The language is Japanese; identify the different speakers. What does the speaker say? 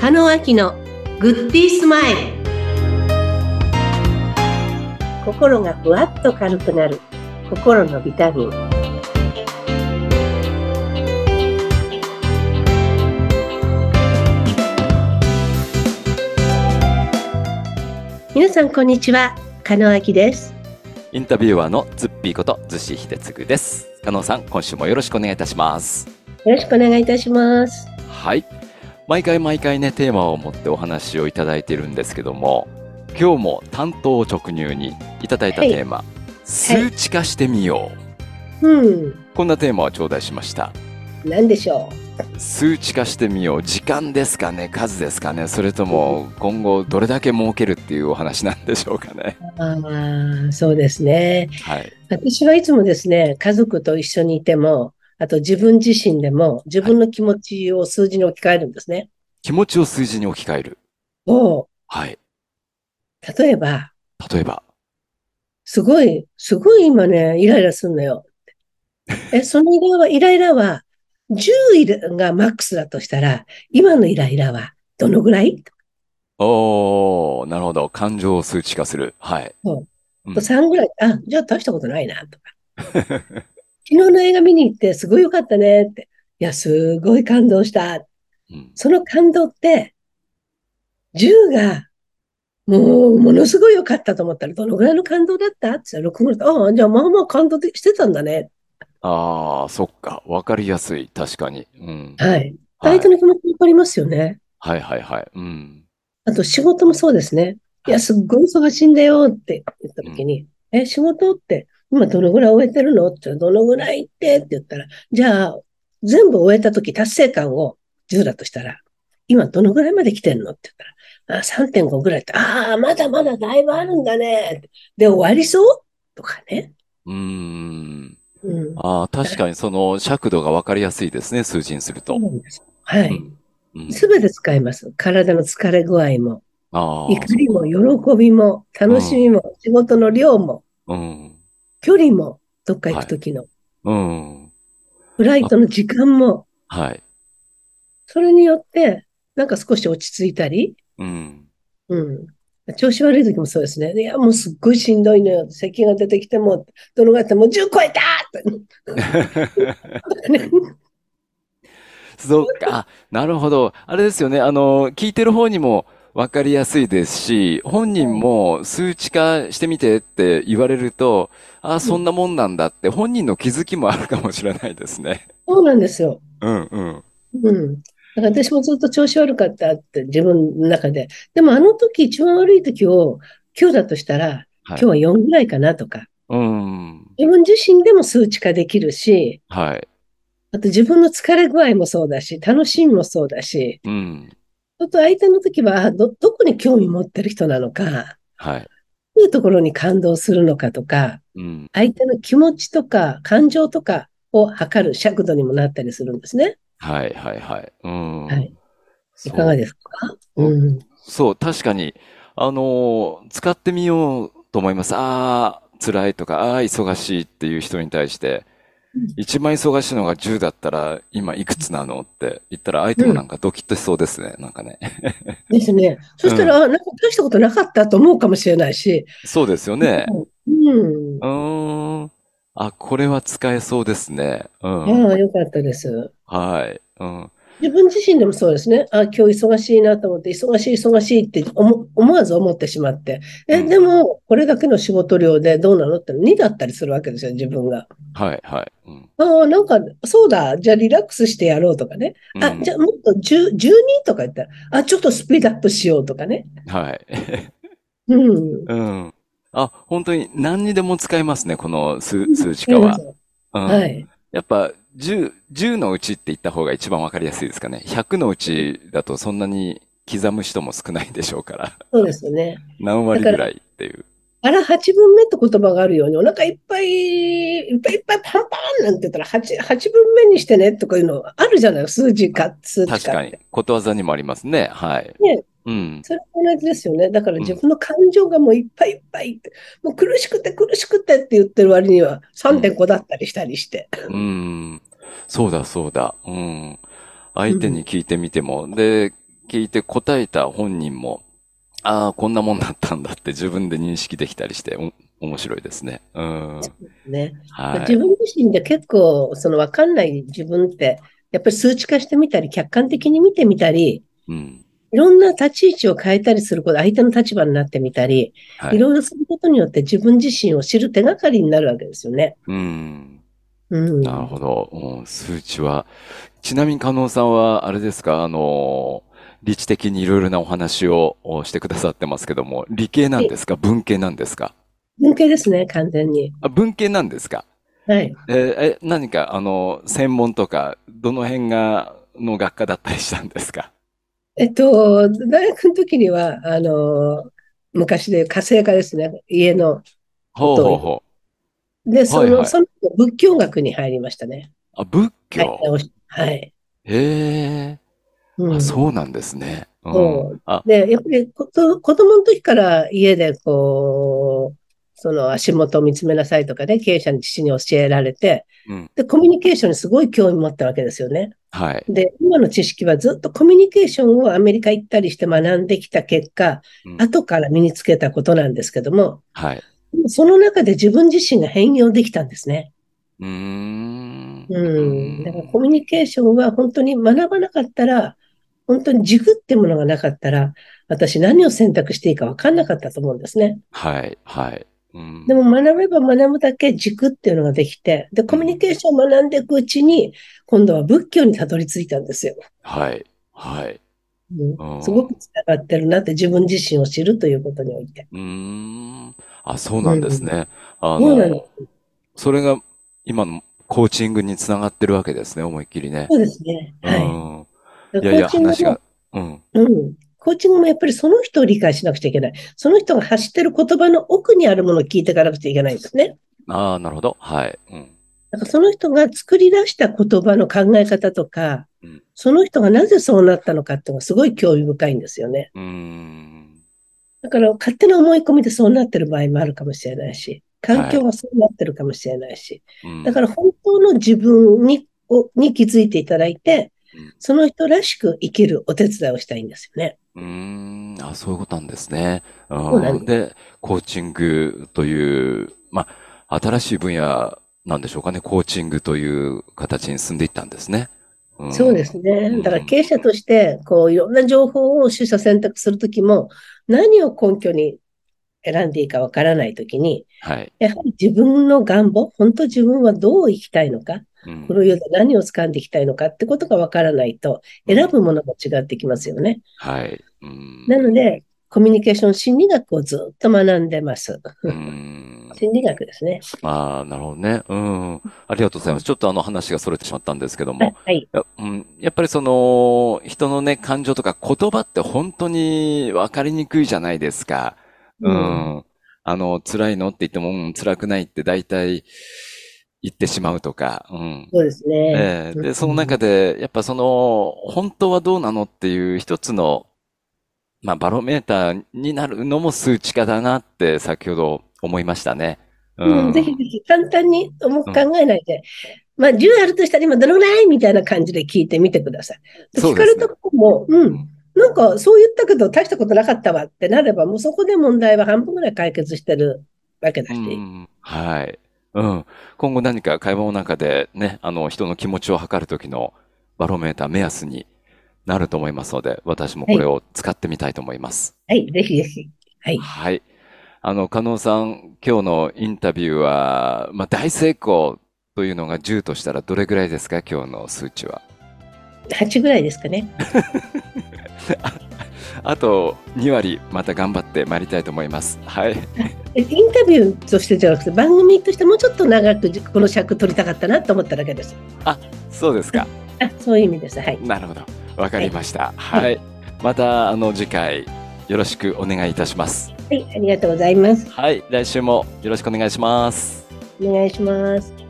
Speaker 1: 中野明のグッディースマイル心がふわっと軽くなる心のビタミン皆さんこんにちは加納明です
Speaker 2: インタビュアーのズッピーこと逗子秀次です。加納さん、今週もよろしくお願いいたします。
Speaker 1: よろしくお願いいたします
Speaker 2: はい。毎回毎回ね、テーマを持ってお話をいただいてるんですけども、今日も担当直入にいただいた
Speaker 1: はい
Speaker 2: テーマ、数値化してみよう。
Speaker 1: うん
Speaker 2: こんなテーマを頂戴しました。
Speaker 1: 何でしょ
Speaker 2: 数値化してみよう。時間ですかね数ですかねそれとも今後どれだけ儲けるっていうお話なんでしょうかね。
Speaker 1: うああそうですね
Speaker 2: はい。
Speaker 1: 私はいつもですね家族と一緒にいてもあと自分自身でも自分の気持ちを数字に置き換えるんですね、
Speaker 2: 気持ちを数字に置き換える。
Speaker 1: も
Speaker 2: はい。
Speaker 1: う例えば
Speaker 2: 例えば、
Speaker 1: すごい、すごい今ね、イライラすんのよ。 え、そのイライラは、イライラは、10イラがマックスだとしたら、今のイライラはどのぐらい
Speaker 2: おー、なるほど。感情を数値化する。はい。うん
Speaker 1: ?3 ぐらい。あ、じゃあ大したことないな、と か。昨日の映画見に行って、すごい良かったね、って。いや、すごい感動した。
Speaker 2: うん
Speaker 1: その感動って、10が、もう、ものすごい良かったと思ったら、どのぐらいの感動だったって言ったら、6ぐらい。ああ、じゃあまあまあ感動でしてたんだね。
Speaker 2: ああ、そっか。わかりやすい。確かに。うん。
Speaker 1: はい。
Speaker 2: はい
Speaker 1: 相手の気持ち分かりますよね。
Speaker 2: はいはいはい。うん。
Speaker 1: あと仕事もそうですね。いや、すっごい忙しいんだよって言った時に、え、仕事って今どのぐらい終えてるのって言ったらどのぐらいってって言ったら、じゃあ、全部終えた時達成感を10だとしたら、今どのぐらいまで来てんのって言ったら、あ3.5ぐらいって、ああ、まだまだだいぶあるんだね。で、終わりそうとかね。
Speaker 2: うーん。
Speaker 1: うん。
Speaker 2: ああ、確かにその尺度がわかりやすいですね。数字にする
Speaker 1: そ
Speaker 2: と
Speaker 1: う。なんです。は
Speaker 2: う
Speaker 1: い。
Speaker 2: ん。うん
Speaker 1: すべて使います。体の疲れ具合も、
Speaker 2: ああ、
Speaker 1: 怒りも、喜びも、楽しみも、仕事の量も、
Speaker 2: うん。
Speaker 1: 距離も、どっか行くときの、
Speaker 2: うん。
Speaker 1: フライトの時間も、
Speaker 2: はい。
Speaker 1: それによって、なんか少し落ち着いたり、
Speaker 2: うん。
Speaker 1: うん。調子悪い時もそうですね。いや、もうすっごいしんどいのよ。咳が出てきても、どのぐらいだってもう10超えたとか ね。
Speaker 2: そうか。なるほど。あれですよね。あの、聞いてる方にもわかりやすいですし、本人も数値化してみてって言われると、ああ、そんなもんなんだって本人の気づきもあるかもしれないですね。
Speaker 1: そうなんですよ。
Speaker 2: うんうん。
Speaker 1: うん。だから私もずっと調子悪かったって自分の中で。でもあの時一番悪い時を9だとしたら、
Speaker 2: は
Speaker 1: 今
Speaker 2: い
Speaker 1: 日は4ぐらいかなとか。
Speaker 2: うん。
Speaker 1: 自分自身でも数値化できるし、
Speaker 2: はい。
Speaker 1: あと自分の疲れ具合もそうだし、楽しみもそうだし、
Speaker 2: うん。
Speaker 1: ちょっと相手の時は、ど、どこに興味持ってる人なのか、
Speaker 2: はい。
Speaker 1: どういうところに感動するのかとか、
Speaker 2: うん。
Speaker 1: 相手の気持ちとか感情とかを測る尺度にもなったりするんですね。
Speaker 2: はいはいはい。うん。
Speaker 1: はい。い
Speaker 2: そう
Speaker 1: かがですかうん。
Speaker 2: そう、確かに、あのー使ってみようと思います。ああ、辛いとか、ああ、忙しいっていう人に対して
Speaker 1: うん、
Speaker 2: 一番忙しいのが10だったら、今いくつなのって言ったら、相手もなんかドキッとしそうですね。なんかね。
Speaker 1: ですね。そしたら、あなんか大したことなかったと思うかもしれないし、
Speaker 2: そうですよね。
Speaker 1: うん。
Speaker 2: うーん。あ、これは使えそうですね。うん。
Speaker 1: ああ、よかったです。
Speaker 2: はい。うん。
Speaker 1: 自分自身でもそうですね。あ、今日忙しいなと思って、忙しい、忙しいって思、思わず思ってしまって。え、
Speaker 2: うん
Speaker 1: でも、これだけの仕事量でどうなのって2だったりするわけですよ、自分が。
Speaker 2: はい、はい。うん。
Speaker 1: ああ、なんか、そうだ、じゃあリラックスしてやろうとかね。あ
Speaker 2: う、ん
Speaker 1: じゃあもっと10 12とか言ったら、あ、ちょっとスピードアップしようとかね。
Speaker 2: はい。
Speaker 1: うん。
Speaker 2: うん。あ、本当に何にでも使えますね。この数、数値
Speaker 1: わ
Speaker 2: 化
Speaker 1: かり
Speaker 2: は。うん。
Speaker 1: ましたはい。
Speaker 2: やっぱ10、10のうちって言った方が一番わかりやすいですかね。100のうちだとそんなに刻む人も少ないでしょうから。
Speaker 1: そうですよね。
Speaker 2: 何割ぐらいっていう。
Speaker 1: あら8分目って言葉があるように、お腹いっぱい、いっぱいいっぱいパンパンなんて言ったら8、8分目にしてねとかいうのあるじゃない数字か、数値
Speaker 2: 確か
Speaker 1: って
Speaker 2: に。ことわざにもありますね。はい。
Speaker 1: ね
Speaker 2: うん。
Speaker 1: それと同じですよね。だから自分の感情がもういっぱいいっぱいって、もう苦しくて苦しくてって言ってる割には3.5だったりしたりして。
Speaker 2: うん。そうだ、そうだ。うん。相手に聞いてみても。で、聞いて答えた本人も、ああ、こんなもんだったんだって自分で認識できたりして、お面白いですね。うん。
Speaker 1: ね。
Speaker 2: は
Speaker 1: 自
Speaker 2: い。
Speaker 1: 分自身で結構、その分かんない自分って、やっぱり数値化してみたり、客観的に見てみたり、
Speaker 2: うん。
Speaker 1: いろんな立ち位置を変えたりすること、相手の立場になってみたり、
Speaker 2: はいい。
Speaker 1: ろいろすることによって自分自身を知る手がかりになるわけですよね。
Speaker 2: うん。
Speaker 1: うん。
Speaker 2: なるほど。うん、数値は。ちなみに加納さんは、あれですか、あのー、理知的にいろいろなお話をおしてくださってますけども、理系なんですか文系なんですか
Speaker 1: 文系ですね、完全に。
Speaker 2: あ、文系なんですか
Speaker 1: はい。
Speaker 2: えーえ、何か、あの、専門とか、どの辺が、の学科だったりしたんですか
Speaker 1: えっと、大学の時には、あの、昔で言う火星科ですね、家の。
Speaker 2: ほうほうほう。
Speaker 1: で、そ
Speaker 2: はいは
Speaker 1: の、
Speaker 2: い
Speaker 1: その後仏教学に入りましたね。
Speaker 2: あ、仏
Speaker 1: はい
Speaker 2: 教。
Speaker 1: 直しはい。
Speaker 2: へえ。
Speaker 1: う
Speaker 2: あ、
Speaker 1: ん。
Speaker 2: そうなんですね。うん。
Speaker 1: そう
Speaker 2: あ、
Speaker 1: で、やっぱりこと子供の時から家でこう、その足元を見つめなさいとかね、経営者に父に教えられて
Speaker 2: うん、
Speaker 1: で、コミュニケーションにすごい興味持ったわけですよね。
Speaker 2: はい。
Speaker 1: で、今の知識はずっとコミュニケーションをアメリカ行ったりして学んできた結果
Speaker 2: う、ん
Speaker 1: 後から身につけたことなんですけども、
Speaker 2: はい。
Speaker 1: その中で自分自身が変容できたんですね。
Speaker 2: うーん。
Speaker 1: うん。だからコミュニケーションは本当に学ばなかったら、本当に軸ってものがなかったら、私何を選択していいか分かんなかったと思うんですね。
Speaker 2: はい、はい。うん。
Speaker 1: でも学べば学ぶだけ軸っていうのができて、で、コミュニケーションを学んでいくうちに、今度は仏教にたどり着いたんですよ。
Speaker 2: はい、はい。
Speaker 1: う
Speaker 2: あー
Speaker 1: ん、すごくつながってるなって自分自身を知るということにおいて。
Speaker 2: うーん。あ、そうなんですね。あ
Speaker 1: そうなんで
Speaker 2: の、それが今のコーチングにつながってるわけですね、思いっきりね。
Speaker 1: そうですね。
Speaker 2: う
Speaker 1: は
Speaker 2: ん。
Speaker 1: い。
Speaker 2: いやいや、
Speaker 1: コーチングも
Speaker 2: 話が。うん。
Speaker 1: うん。コーチングもやっぱりその人を理解しなくちゃいけない。その人が発してる言葉の奥にあるものを聞いていかなくちゃいけないんですね。
Speaker 2: ああ、なるほど。はい。うん。
Speaker 1: だからその人が作り出した言葉の考え方とか
Speaker 2: うん、
Speaker 1: その人がなぜそうなったのかっていうのがすごい興味深いんですよね。
Speaker 2: うーん。
Speaker 1: だから勝手な思い込みでそうなってる場合もあるかもしれないし、環境がそうなってるかもしれないし、
Speaker 2: うん
Speaker 1: だから本当の自分に、をに気づいていただいて
Speaker 2: うん、
Speaker 1: その人らしく生きるお手伝いをしたいんですよね。
Speaker 2: うーん。あ、そういうことなんですね。
Speaker 1: うなんで
Speaker 2: うん。
Speaker 1: す
Speaker 2: で、コーチングという、まあ、新しい分野なんでしょうかね。コーチングという形に進んでいったんですね。うん。
Speaker 1: そうです
Speaker 2: う
Speaker 1: ね。
Speaker 2: ん
Speaker 1: だから経営者として、こういろんな情報を取捨選択するときも、何を根拠に選んでいいかわからないときに、
Speaker 2: はい。
Speaker 1: やはり自分の願望、本当自分はどう生きたいのか、
Speaker 2: うん
Speaker 1: こ。の世で何を掴んでいきたいのかってことがわからないと、選ぶものも違ってきますよね。
Speaker 2: はい。うん。
Speaker 1: なので、コミュニケーション心理学をずっと学んでます。
Speaker 2: うん。
Speaker 1: 心理学ですね。
Speaker 2: ああ、なるほどね。うん。ありがとうございます。ちょっとあの話が逸れてしまったんですけども。
Speaker 1: はい。
Speaker 2: やうん、やっぱりその、人のね、感情とか言葉って本当に分かりにくいじゃないですか。う
Speaker 1: うん
Speaker 2: ん。あの、辛いのって言っても、うん、辛くないって大体言ってしまうとか。うん。
Speaker 1: そうですね。
Speaker 2: ええ
Speaker 1: うん
Speaker 2: で、その中で、やっぱその、本当はどうなのっていう一つの、まあ、バロメーターになるのも数値化だなって先ほど思いましたね。
Speaker 1: うん、ぜひぜひ簡単に重く考えないで、まあ10あるとしたら今どのぐらいみたいな感じで聞いてみてください。で
Speaker 2: そう
Speaker 1: 聞
Speaker 2: で
Speaker 1: か
Speaker 2: す
Speaker 1: れ
Speaker 2: ね
Speaker 1: たことも、う
Speaker 2: うん
Speaker 1: ん、なんかそう言ったけど大したことなかったわってなれば、もうそこで問題は半分ぐらい解決してるわけだ
Speaker 2: う
Speaker 1: し、
Speaker 2: ん、はい。うん。今後何か会話の中でね、あの、人の気持ちを測る時のバロメーター目安になると思いますので、私もこれを使ってみたいと思います。
Speaker 1: はい、ぜひぜひ。はい。
Speaker 2: はい。あの、加納さん、今日のインタビューは、まあ、大成功というのが10としたらどれぐらいですか、今日の数値は。
Speaker 1: 8ぐらいですかね。
Speaker 2: あと2割、また頑張ってまいりたいと思います。はい。
Speaker 1: えインタビューとしてじゃなくて、番組としてもうちょっと長くこの尺取りたかったなと思っただけです。
Speaker 2: そうですか。
Speaker 1: あ、そういう意味です。はい。
Speaker 2: なるほど。わかりました。
Speaker 1: い
Speaker 2: はい。また、あの、次回、よろしくお願いいたします。
Speaker 1: はい、ありがとうございます。
Speaker 2: はい、来週もよろしくお願いします。
Speaker 1: お願いします。